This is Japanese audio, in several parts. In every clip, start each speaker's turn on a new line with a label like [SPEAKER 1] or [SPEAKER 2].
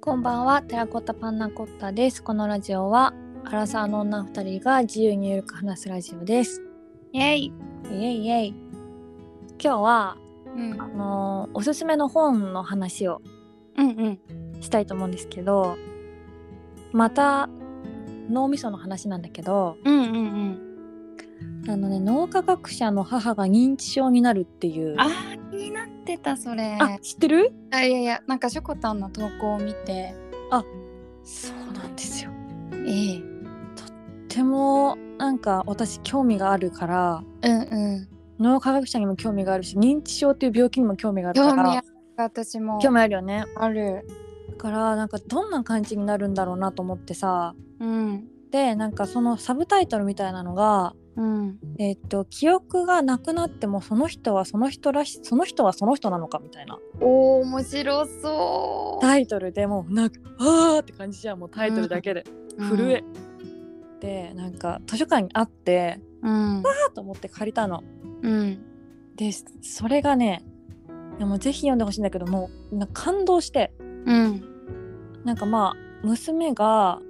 [SPEAKER 1] こんばんは、テラコッタパンナコッタです。このラジオは、アラサーの女二人が自由にゆるく話すラジオです。
[SPEAKER 2] イエイ、
[SPEAKER 1] イェイイェイ。今日は、
[SPEAKER 2] うん、
[SPEAKER 1] あのーおすすめの本の話を
[SPEAKER 2] うんうん
[SPEAKER 1] したいと思うんですけど、また脳みその話なんだけど、
[SPEAKER 2] うんうんうん
[SPEAKER 1] あのね、脳科学者の母が認知症になるっていう。
[SPEAKER 2] あー気になってたそれ
[SPEAKER 1] あ知ってる
[SPEAKER 2] あいやいやなんかしょこたんの投稿を見て
[SPEAKER 1] そうなんですよ。
[SPEAKER 2] ええ
[SPEAKER 1] とても、なんか私興味があるから、
[SPEAKER 2] うんうん
[SPEAKER 1] 脳科学者にも興味があるし認知症っていう病気にも興味があるか
[SPEAKER 2] 興
[SPEAKER 1] ら
[SPEAKER 2] 味ある私も
[SPEAKER 1] 興味あるよね
[SPEAKER 2] ある
[SPEAKER 1] だからなんかどんな感じになるんだろうなと思ってさ
[SPEAKER 2] うん
[SPEAKER 1] でなんかそのサブタイトルみたいなのが
[SPEAKER 2] うん
[SPEAKER 1] えっと記憶がなくなってもその人はその人らしその人はその人なのかみたいな
[SPEAKER 2] おー面白そう
[SPEAKER 1] タイトルでもうなんかあーって感じじゃんもうタイトルだけで、震え、でなんか図書館にあって
[SPEAKER 2] うん
[SPEAKER 1] あーと思って借りたの
[SPEAKER 2] うん
[SPEAKER 1] でそれがねいやもうぜひ読んでほしいんだけどもうなんか感動して
[SPEAKER 2] うん
[SPEAKER 1] なんかまあ娘が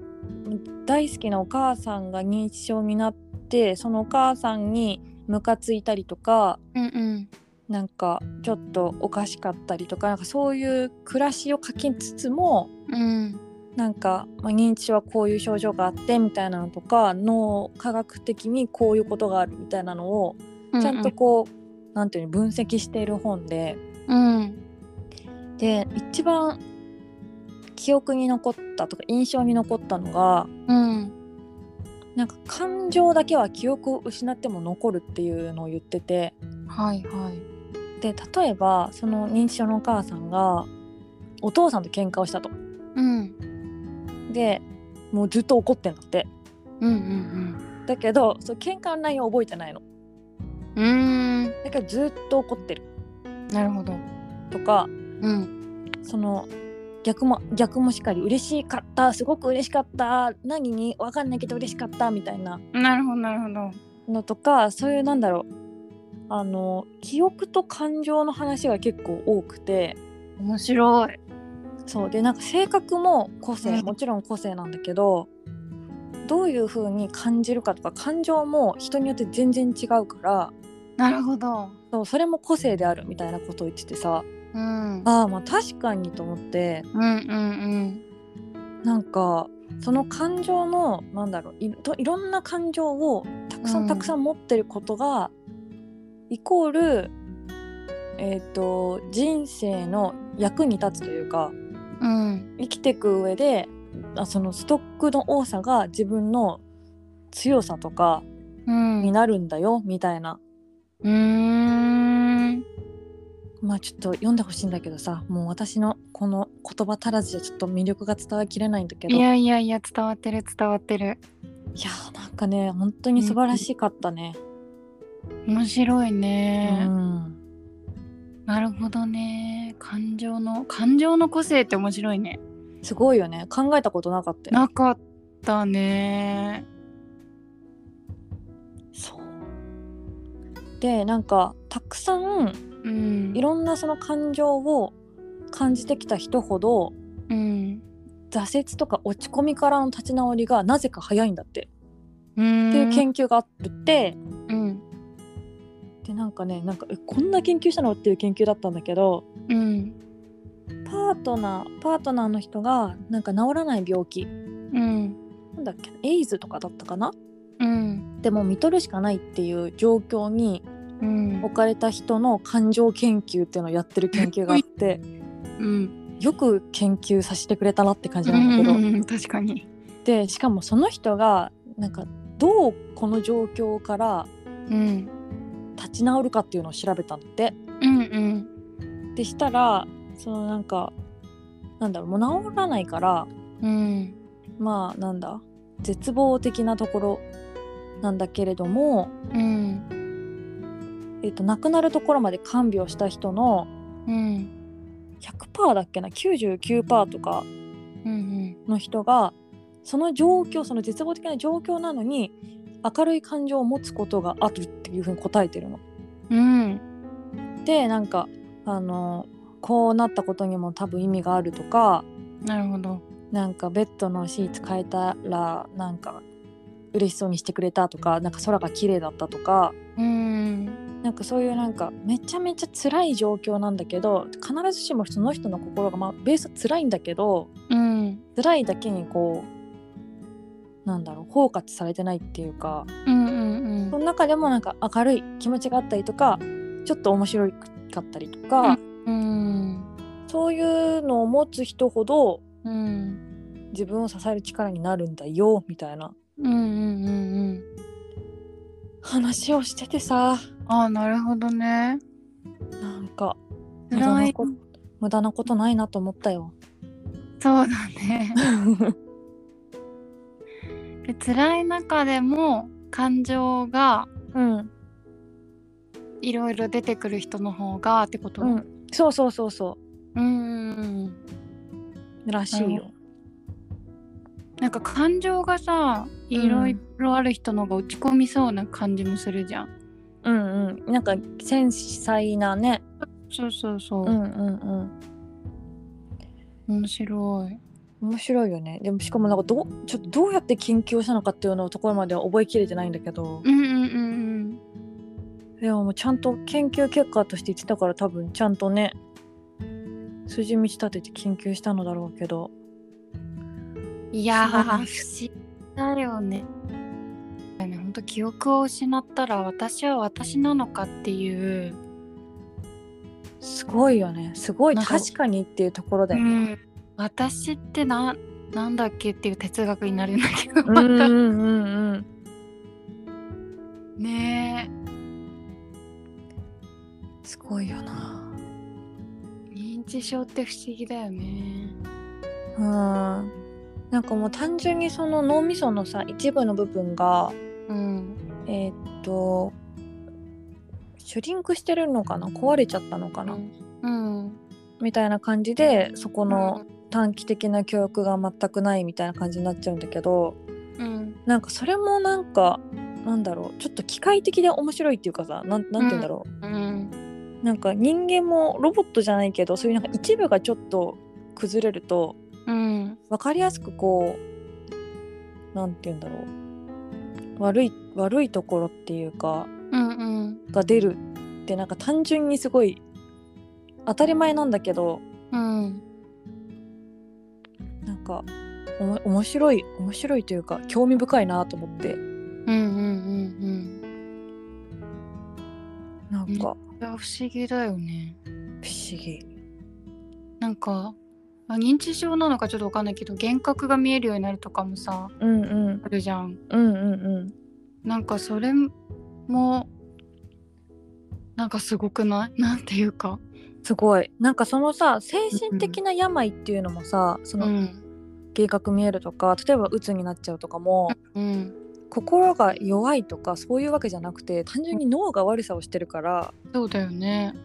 [SPEAKER 1] 大好きなお母さんが認知症になってそのお母さんにムカついたりとか
[SPEAKER 2] うんうん
[SPEAKER 1] なんかちょっとおかしかったりとかなんかそういう暮らしを書きつつも
[SPEAKER 2] うん
[SPEAKER 1] なんか、まあ、認知症はこういう症状があってみたいなのとか脳科学的にこういうことがあるみたいなのをちゃんとこう、なんていうの分析している本で
[SPEAKER 2] うん
[SPEAKER 1] で一番記憶に残ったとか印象に残ったのが
[SPEAKER 2] うん
[SPEAKER 1] なんか感情だけは記憶を失っても残るっていうのを言ってて
[SPEAKER 2] はいはい
[SPEAKER 1] で例えばその認知症のお母さんがお父さんと喧嘩をしたと
[SPEAKER 2] うん
[SPEAKER 1] でもうずっと怒ってんだって
[SPEAKER 2] うんうん
[SPEAKER 1] だけどその喧嘩の内容を覚えてないの
[SPEAKER 2] うんうーん
[SPEAKER 1] だけどずっと怒ってる
[SPEAKER 2] なるほど
[SPEAKER 1] とか
[SPEAKER 2] うん
[SPEAKER 1] その逆も逆もしっかり嬉しかったすごく嬉しかった何に分かんないけど嬉しかったみたいな
[SPEAKER 2] なるほどなるほど
[SPEAKER 1] のとかそういうなんだろうあの記憶と感情の話が結構多くて。
[SPEAKER 2] 面白い。
[SPEAKER 1] そうでなんか性格も個性
[SPEAKER 2] うん
[SPEAKER 1] もちろん個性なんだけど、どういう風に感じるかとか感情も人によって全然違うから
[SPEAKER 2] なるほど。
[SPEAKER 1] そうそれも個性であるみたいなことを言っててさ
[SPEAKER 2] うん。うん
[SPEAKER 1] ああまあ確かにと思って
[SPEAKER 2] うん
[SPEAKER 1] なんかその感情のなんだろういといろんな感情をたくさ
[SPEAKER 2] うんん
[SPEAKER 1] たくさん持ってることが、イコールえっ、と人生の役に立つというか。
[SPEAKER 2] うん。うん。
[SPEAKER 1] 生きていく上であそのストックの多さが自分の強さとか
[SPEAKER 2] うん。
[SPEAKER 1] になるんだよみたいな、
[SPEAKER 2] うーん。
[SPEAKER 1] まあちょっと読んでほしいんだけどさもう私のこの言葉足らずじゃちょっと魅力が伝わりきれないんだけど
[SPEAKER 2] い
[SPEAKER 1] いや
[SPEAKER 2] やいやいや、伝わってる伝わってる。
[SPEAKER 1] ーなんかね本当に素晴らしかったね。
[SPEAKER 2] 面白いうね。
[SPEAKER 1] ん
[SPEAKER 2] なるほどね。感情の、感情の個性って面白いね。
[SPEAKER 1] すごいよね考えたことなかったよ
[SPEAKER 2] なかったね。
[SPEAKER 1] そうでなんかたくさん
[SPEAKER 2] うん。
[SPEAKER 1] いろんなその感情を感じてきた人ほど
[SPEAKER 2] うん。
[SPEAKER 1] 挫折とか落ち込みからの立ち直りがなぜか早いんだって
[SPEAKER 2] うん。
[SPEAKER 1] っていう研究があって、
[SPEAKER 2] うん。
[SPEAKER 1] でなんかねなんかえこんな研究したのっていう研究だったんだけど
[SPEAKER 2] うん。
[SPEAKER 1] パートナーパートナーの人がなんか治らない病気
[SPEAKER 2] うん。
[SPEAKER 1] なんだっけエイズとかだったかな
[SPEAKER 2] うん。
[SPEAKER 1] でもう見とるしかないっていう状況に
[SPEAKER 2] うん。
[SPEAKER 1] 置かれた人の感情研究っていうのをやってる研究があって
[SPEAKER 2] うん。
[SPEAKER 1] よく研究させてくれたなって感じ
[SPEAKER 2] う
[SPEAKER 1] なんだけど、
[SPEAKER 2] ん。確かに。
[SPEAKER 1] でしかもその人がなんかどうこの状況から
[SPEAKER 2] うん。
[SPEAKER 1] 立ち直るかっていうのを調べたんだって。
[SPEAKER 2] うんうん。
[SPEAKER 1] ってしたらそのなんかなんだろうもう治らないから
[SPEAKER 2] うん。
[SPEAKER 1] まあなんだ絶望的なところなんだけれども、
[SPEAKER 2] うん。
[SPEAKER 1] えっと亡くなるところまで看病した人の
[SPEAKER 2] うん
[SPEAKER 1] 100%だっけな99%とか
[SPEAKER 2] うん
[SPEAKER 1] の人がその状況その絶望的な状況なのに明るい感情を持つことがあるっていうふうに答えてるの。
[SPEAKER 2] うんうん
[SPEAKER 1] でなんかあのこうなったことにも多分意味があるとか
[SPEAKER 2] なるほど。
[SPEAKER 1] なんかベッドのシーツ変えたらなんか嬉しそうにしてくれたとかなんか空が綺麗だったとか
[SPEAKER 2] うん。
[SPEAKER 1] なんかそういうなんかめちゃめちゃ辛い状況なんだけど必ずしもその人の心がまあベースは辛いんだけど
[SPEAKER 2] うん。
[SPEAKER 1] 辛いだけにこうなんだろう包括されてないっていうか
[SPEAKER 2] うんうん
[SPEAKER 1] そうの中でもなんか明るい気持ちがあったりとかちょっと面白かったりとか、
[SPEAKER 2] ん。うん。
[SPEAKER 1] そういうのを持つ人ほど
[SPEAKER 2] うん。
[SPEAKER 1] 自分を支える力になるんだよみたいな
[SPEAKER 2] うんうんうんうん。
[SPEAKER 1] 話をしててさ
[SPEAKER 2] ああ、なるほどね。
[SPEAKER 1] なんか無駄
[SPEAKER 2] 辛。
[SPEAKER 1] ないこ無駄なことないなと思ったよ。
[SPEAKER 2] そうだね。で辛い中でも感情が
[SPEAKER 1] うん、
[SPEAKER 2] いろいろ出てくる人の方がってこと。
[SPEAKER 1] う。ん、そうそうそうそ
[SPEAKER 2] うんうん。
[SPEAKER 1] うらしいよ。
[SPEAKER 2] なんか感情がさ、いろいろある人の方が落ち込みそうな感じもするじゃん。
[SPEAKER 1] うんうん、なんか繊細なね。
[SPEAKER 2] そうそうそ
[SPEAKER 1] う
[SPEAKER 2] う。
[SPEAKER 1] んうんうん。
[SPEAKER 2] 面白い。
[SPEAKER 1] 面白いよね。でもしかもなんかどうちょっとどうやって研究をしたのかっていうのところまでは覚えきれてないんだけど、
[SPEAKER 2] うんうんうん
[SPEAKER 1] でももうちゃんと研究結果として言ってたから多分ちゃんとね筋道立てて研究したのだろうけど、
[SPEAKER 2] うん。いや
[SPEAKER 1] そう
[SPEAKER 2] ー不思議だよね。だね本当記憶を失ったら私は私なのかっていう。
[SPEAKER 1] すごいよね。すごい
[SPEAKER 2] なんか
[SPEAKER 1] 確かにっていうところだ
[SPEAKER 2] う
[SPEAKER 1] よね。
[SPEAKER 2] ん。私ってななんだっけっていう哲学になるんだけど。
[SPEAKER 1] うんうんうんうん。
[SPEAKER 2] ね
[SPEAKER 1] すごいよな。
[SPEAKER 2] え認知症って不思議だよね。
[SPEAKER 1] うん。なんかもう単純にその脳みそのさ一部の部分が
[SPEAKER 2] うん。
[SPEAKER 1] えーっとシュリンクしてるのかな壊れちゃったのかな、
[SPEAKER 2] うん。
[SPEAKER 1] みたいな感じでそこ
[SPEAKER 2] こ
[SPEAKER 1] の。短期的な教育が全くないみたいな感じになっちゃうんだけど
[SPEAKER 2] うん。
[SPEAKER 1] なんかそれもなんかなんだろうちょっと機械的で面白いっていうかさなんなんて言うんだろ
[SPEAKER 2] うん。
[SPEAKER 1] う、なんか人間もロボットじゃないけどそういうなんか一部がちょっと崩れると
[SPEAKER 2] うん。
[SPEAKER 1] 分かりやすくこうなんて言うんだろう悪い悪いところっていうか
[SPEAKER 2] うんうん。
[SPEAKER 1] が出るってなんか単純にすごい当たり前なんだけど
[SPEAKER 2] うん。
[SPEAKER 1] なんかおも面白い面白いというか興味深いなと思って
[SPEAKER 2] うんうんうん
[SPEAKER 1] なんか
[SPEAKER 2] うん。いや不思議だよね。
[SPEAKER 1] 不思議、
[SPEAKER 2] なんかあ認知症なのかちょっとわかんないけど幻覚が見えるようになるとかもさ
[SPEAKER 1] うん、うん
[SPEAKER 2] あるじゃん。
[SPEAKER 1] うんうん
[SPEAKER 2] なんかそれもなんかすごくない なんていうか。
[SPEAKER 1] すごいなんかそのさ精神的な病っていうのもさそうの
[SPEAKER 2] ん。
[SPEAKER 1] 計画見えるとか例えば鬱になっちゃうとかも
[SPEAKER 2] うん。
[SPEAKER 1] 心が弱いとかそういうわけじゃなくて単純に脳が悪さをしてるから
[SPEAKER 2] そうだよね。
[SPEAKER 1] っ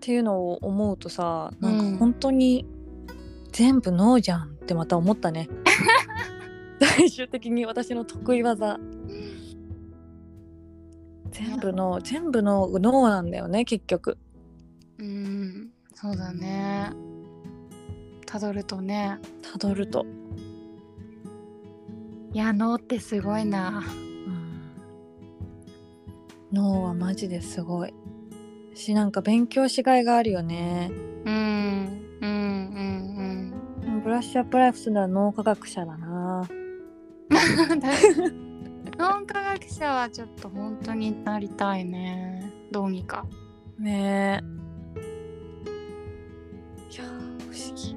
[SPEAKER 1] ていうのを思うとさなん
[SPEAKER 2] うん
[SPEAKER 1] か本当に全部脳じゃんってまた思った ね最終的に私の得意技全部脳全部脳脳なんだよね結局
[SPEAKER 2] うん。そうだね。たどるとね。
[SPEAKER 1] たどると、
[SPEAKER 2] いや脳ってすごいな。
[SPEAKER 1] うん脳はマジですごいしなんか勉強しがいがあるよね
[SPEAKER 2] うん。うんうん
[SPEAKER 1] ブラッシュアップライフするなら脳科学者だな
[SPEAKER 2] うん。だい 脳科学者はちょっと本当になりたいねどうにか
[SPEAKER 1] ねえいやー不思議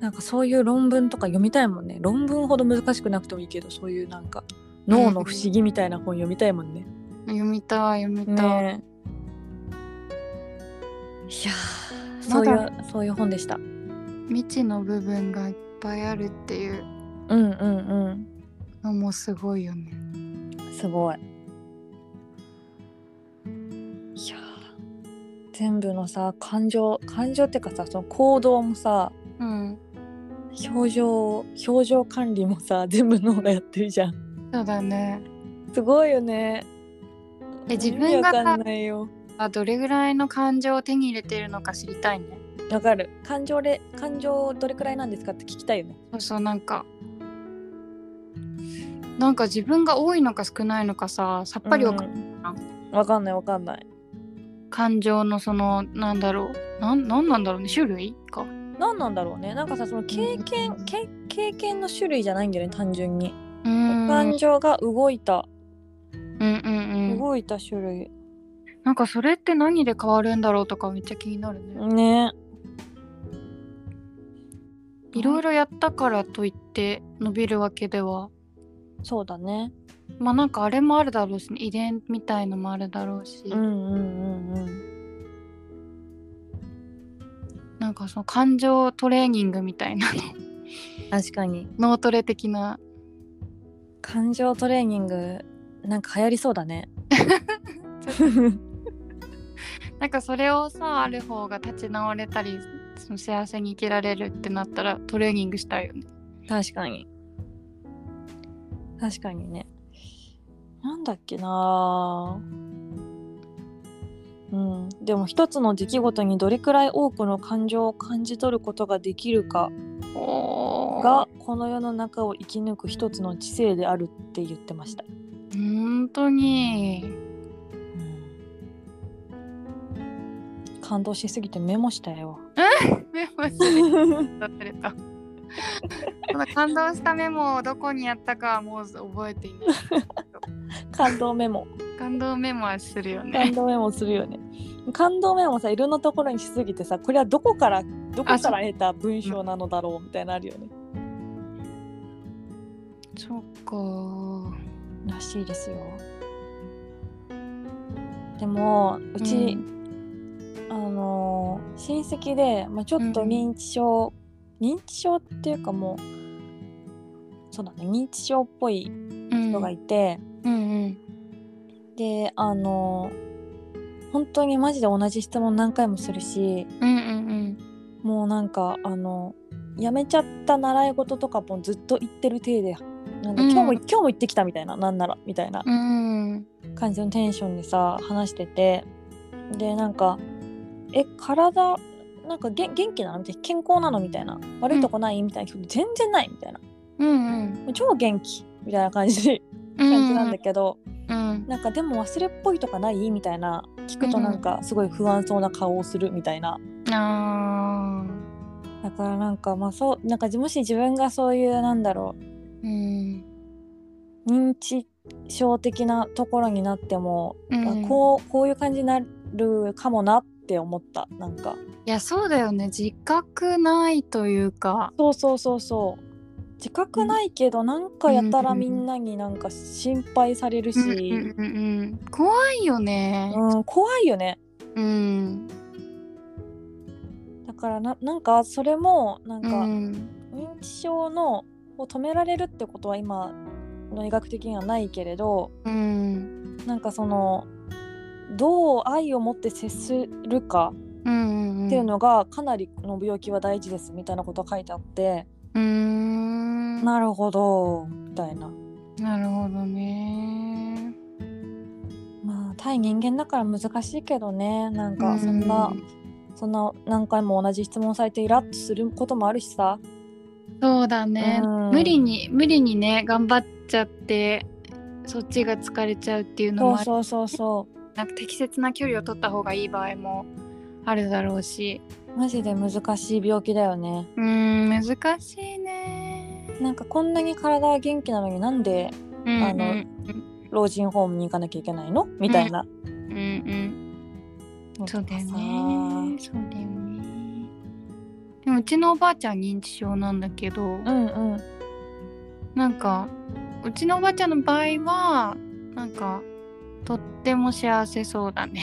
[SPEAKER 1] なんかそういう論文とか読みたいもんね論文ほど難しくなくてもいいけどそういうなんか脳の不思議みたいな本読みたいもんね、
[SPEAKER 2] 読みたい読みたい、
[SPEAKER 1] ねえいやーそ
[SPEAKER 2] ま
[SPEAKER 1] うい
[SPEAKER 2] だ
[SPEAKER 1] うそういう本でした
[SPEAKER 2] 未知の部分がいっぱいあるっていう
[SPEAKER 1] うんうん
[SPEAKER 2] のもすごいよね
[SPEAKER 1] うんすごいいやー全部のさ感情感情っていうかさその行動もさ、
[SPEAKER 2] うん
[SPEAKER 1] 表情表情管理もさ全部脳がやってるじゃん
[SPEAKER 2] そうだね
[SPEAKER 1] すごいよね
[SPEAKER 2] え自分が
[SPEAKER 1] 意味わか
[SPEAKER 2] さ
[SPEAKER 1] んないよ
[SPEAKER 2] あどれぐらいの感情を手に入れてるのか知りたいね
[SPEAKER 1] わかる感情で感情どれくらいなんですかって聞きたいよね
[SPEAKER 2] そうそうなんかなんか自分が多いのか少ないのかささっぱりわか、
[SPEAKER 1] うんわかんないわかんない
[SPEAKER 2] 感情のそのなんだろうなんなんなんだろうね種類か
[SPEAKER 1] 何なんだろうねなんかさその経験、
[SPEAKER 2] うん
[SPEAKER 1] け経験の種類じゃないんだよね単純に
[SPEAKER 2] うーん
[SPEAKER 1] 感情が動いた、
[SPEAKER 2] うんうんうん
[SPEAKER 1] 動いた種類
[SPEAKER 2] なんかそれって何で変わるんだろうとかめっちゃ気になるね
[SPEAKER 1] ね
[SPEAKER 2] いろいろやったからといって伸びるわけでは
[SPEAKER 1] そうだね
[SPEAKER 2] まあなんかあれもあるだろうし、ね、遺伝みたいのもあるだろうし、
[SPEAKER 1] うんうんうんうん
[SPEAKER 2] なんかその感情トレーニングみたいな
[SPEAKER 1] 確かに
[SPEAKER 2] 脳トレ的な
[SPEAKER 1] 感情トレーニングなんか流行りそうだ ね
[SPEAKER 2] なんかそれをさある方が立ち直れたりその幸せに生きられるってなったらトレーニングしたいよね
[SPEAKER 1] 確かに確かにねなんだっけなぁうんでも一つの出来事にどれくらい多くの感情を感じ取ることができるか
[SPEAKER 2] おー
[SPEAKER 1] がこの世の中を生き抜く一つの知性であるって言ってました、
[SPEAKER 2] 本当に
[SPEAKER 1] 感動しすぎてメモしたよ
[SPEAKER 2] メモして忘れたこの感動したメモをどこにやったかはもう覚えていない
[SPEAKER 1] 感動メモ
[SPEAKER 2] 感動メモはするよ
[SPEAKER 1] 感
[SPEAKER 2] ね
[SPEAKER 1] 動メモするよね感動メモさいろんなところにしすぎてさこれはどこからどこから得た文章なのだろうみたいなのあるよね
[SPEAKER 2] そっから
[SPEAKER 1] しいですよでもうち、
[SPEAKER 2] うん
[SPEAKER 1] あのー親戚で、まあ、ちょっと
[SPEAKER 2] うん
[SPEAKER 1] 認知症、認知症っていうかもうそうだね認知症っぽい人がいて、
[SPEAKER 2] うんうん
[SPEAKER 1] であのー本当にマジで同じ質問何回もするし
[SPEAKER 2] うんうん
[SPEAKER 1] もうなんかあの辞めちゃった習い事とかもずっと言ってる体でなんだ
[SPEAKER 2] うん
[SPEAKER 1] 今日も、今日も行ってきたみたいななんならみたいな
[SPEAKER 2] うんうん
[SPEAKER 1] 感じのテンションでさ話しててでなんか「え体なんかげん元気なの?」みたいな「健康なの?」みたいな「悪いとこない?」みたいな「全然ない」みたいな
[SPEAKER 2] うんうん
[SPEAKER 1] 「もう超元気」みたいな感じ感じなんだけど、
[SPEAKER 2] うん
[SPEAKER 1] なんかでも忘れっぽいとかないみたいな聞くと
[SPEAKER 2] うん
[SPEAKER 1] なんかすごい不安そうな顔をするみたいな。
[SPEAKER 2] あ
[SPEAKER 1] だからなんかまあそうなんかもし自分がそういうなんだろ
[SPEAKER 2] ーうん
[SPEAKER 1] う認知症的なところになっても、
[SPEAKER 2] うん
[SPEAKER 1] あこうこういう感じになるかもなって思ったなんか
[SPEAKER 2] いやそうだよね自覚ないというか
[SPEAKER 1] そうそうそうそう自覚ないけど、なんかやたらみんなになんか心配されるし、
[SPEAKER 2] うんうんうんうん怖いよね
[SPEAKER 1] うん、怖いよね
[SPEAKER 2] うん
[SPEAKER 1] だからななんかそれもなん
[SPEAKER 2] う
[SPEAKER 1] か
[SPEAKER 2] ん
[SPEAKER 1] 認知症のを止められるってことは今の医学的にはないけれど、
[SPEAKER 2] うん
[SPEAKER 1] なんかそのどう愛を持って接するか
[SPEAKER 2] うん
[SPEAKER 1] っていうのがかなりの病気は大事ですみたいなことが書いてあって、
[SPEAKER 2] うーんな
[SPEAKER 1] なるほどみたいな
[SPEAKER 2] るほどね
[SPEAKER 1] まあ対人間だから難しいけどねなん
[SPEAKER 2] う
[SPEAKER 1] か
[SPEAKER 2] ん
[SPEAKER 1] そんな、そんな何回も同じ質問されてイラッとすることもあるしさ
[SPEAKER 2] そうだね、
[SPEAKER 1] うん
[SPEAKER 2] 無理に無理にね頑張っちゃってそっちが疲れちゃうっていうの
[SPEAKER 1] そ
[SPEAKER 2] も
[SPEAKER 1] う
[SPEAKER 2] ある
[SPEAKER 1] そうそうそう
[SPEAKER 2] なんか適切な距離を取った方がいい場合もあるだろうし
[SPEAKER 1] マジで難しい病気だよね
[SPEAKER 2] うーん難しいね
[SPEAKER 1] なんかこんなに体は元気なのになんで
[SPEAKER 2] うん
[SPEAKER 1] あの
[SPEAKER 2] うん
[SPEAKER 1] 老人ホームに行かなきゃいけないのみたいな、
[SPEAKER 2] うんうんそうだよねそうだよねでもうちのおばあちゃん認知症なんだけど、
[SPEAKER 1] うんうん
[SPEAKER 2] なんかうちのおばあちゃんの場合はなんかとっても幸せそう だね。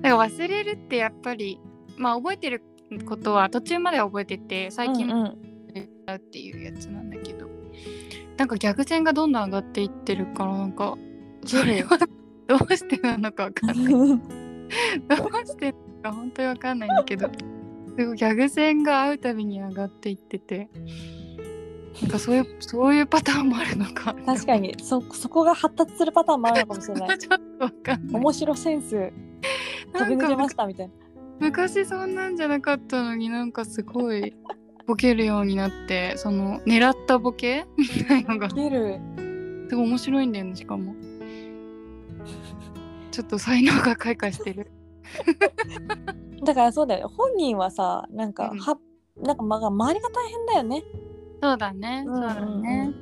[SPEAKER 2] だから忘れるってやっぱりまあ覚えてることは途中までは覚えてて最近
[SPEAKER 1] うんうん
[SPEAKER 2] だっていうやつなんだけど、なんか逆線がどんどん上がっていってるからなんかそれは どうしてなのかわ かんないどうしてなのか本当にわかんないんだけどすごい逆線が合うたびに上がっていっててなんかそういうそういうパターンもあるのか
[SPEAKER 1] 確かにそそこが発達する パターンもあるのかもしれない
[SPEAKER 2] ちょっとわかんない
[SPEAKER 1] 面白センス飛
[SPEAKER 2] な
[SPEAKER 1] び
[SPEAKER 2] ん
[SPEAKER 1] 抜け
[SPEAKER 2] か
[SPEAKER 1] ましたみたいな
[SPEAKER 2] 昔そんなんじゃなかったのになんかすごいボケるようになってその狙ったボケみたいのが
[SPEAKER 1] 出る
[SPEAKER 2] すごい面白いんだよねしかもちょっと才能が開花してる
[SPEAKER 1] だからそうだよ本人はさなんか、
[SPEAKER 2] うん
[SPEAKER 1] はなんかまが周りが大変だよね
[SPEAKER 2] そうだね
[SPEAKER 1] うんうんうん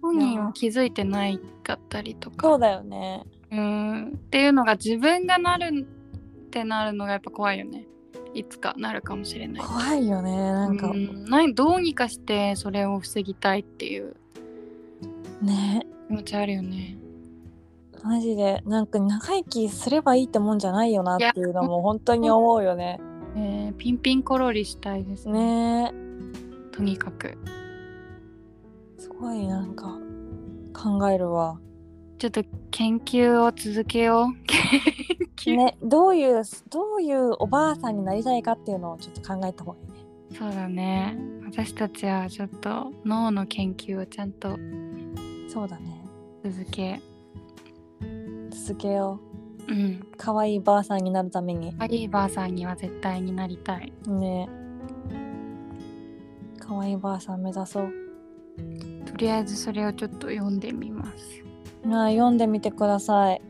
[SPEAKER 2] 本人は気づいてないかったりとか
[SPEAKER 1] そうだよね
[SPEAKER 2] うんっていうのが自分がなるってなるのがやっぱ怖いよねいつかなるかもしれない
[SPEAKER 1] 怖いよねなんか、
[SPEAKER 2] うんないどうにかしてそれを防ぎたいっていう
[SPEAKER 1] ね
[SPEAKER 2] 気持ちあるよね
[SPEAKER 1] マジでなんか長生きすればいいってもんじゃないよなっていうのも本当に思うよ ね
[SPEAKER 2] えーピンピンコロリしたいですね
[SPEAKER 1] ね
[SPEAKER 2] とにかく
[SPEAKER 1] すごいなんか考えるわ
[SPEAKER 2] ちょっと研究を続けよう 研究、
[SPEAKER 1] ねどういうどういうおばあさんになりたいかっていうのをちょっと考えた方がいいね
[SPEAKER 2] そうだね私たちはちょっと脳の研究をちゃんと
[SPEAKER 1] そうだね
[SPEAKER 2] 続け
[SPEAKER 1] 続けよう
[SPEAKER 2] うん
[SPEAKER 1] 可愛いばあさんになるために
[SPEAKER 2] アリーバーさんには絶対になりたい
[SPEAKER 1] ね可愛いばあさん目指そう
[SPEAKER 2] とりあえずそれをちょっと読んでみます、
[SPEAKER 1] まあ読んでみてください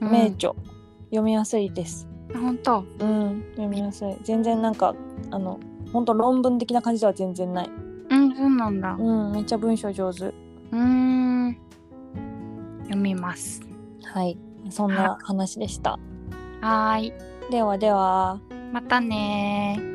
[SPEAKER 2] うん、
[SPEAKER 1] 名著、読みやすいです
[SPEAKER 2] 本当
[SPEAKER 1] うん読みやすい全然なんかあの本当論文的な感じでは全然ない
[SPEAKER 2] うんそうなんだ
[SPEAKER 1] うんめっちゃ文章上手
[SPEAKER 2] うーん読みます
[SPEAKER 1] はいそんな話でした
[SPEAKER 2] はーい
[SPEAKER 1] ではでは
[SPEAKER 2] またねー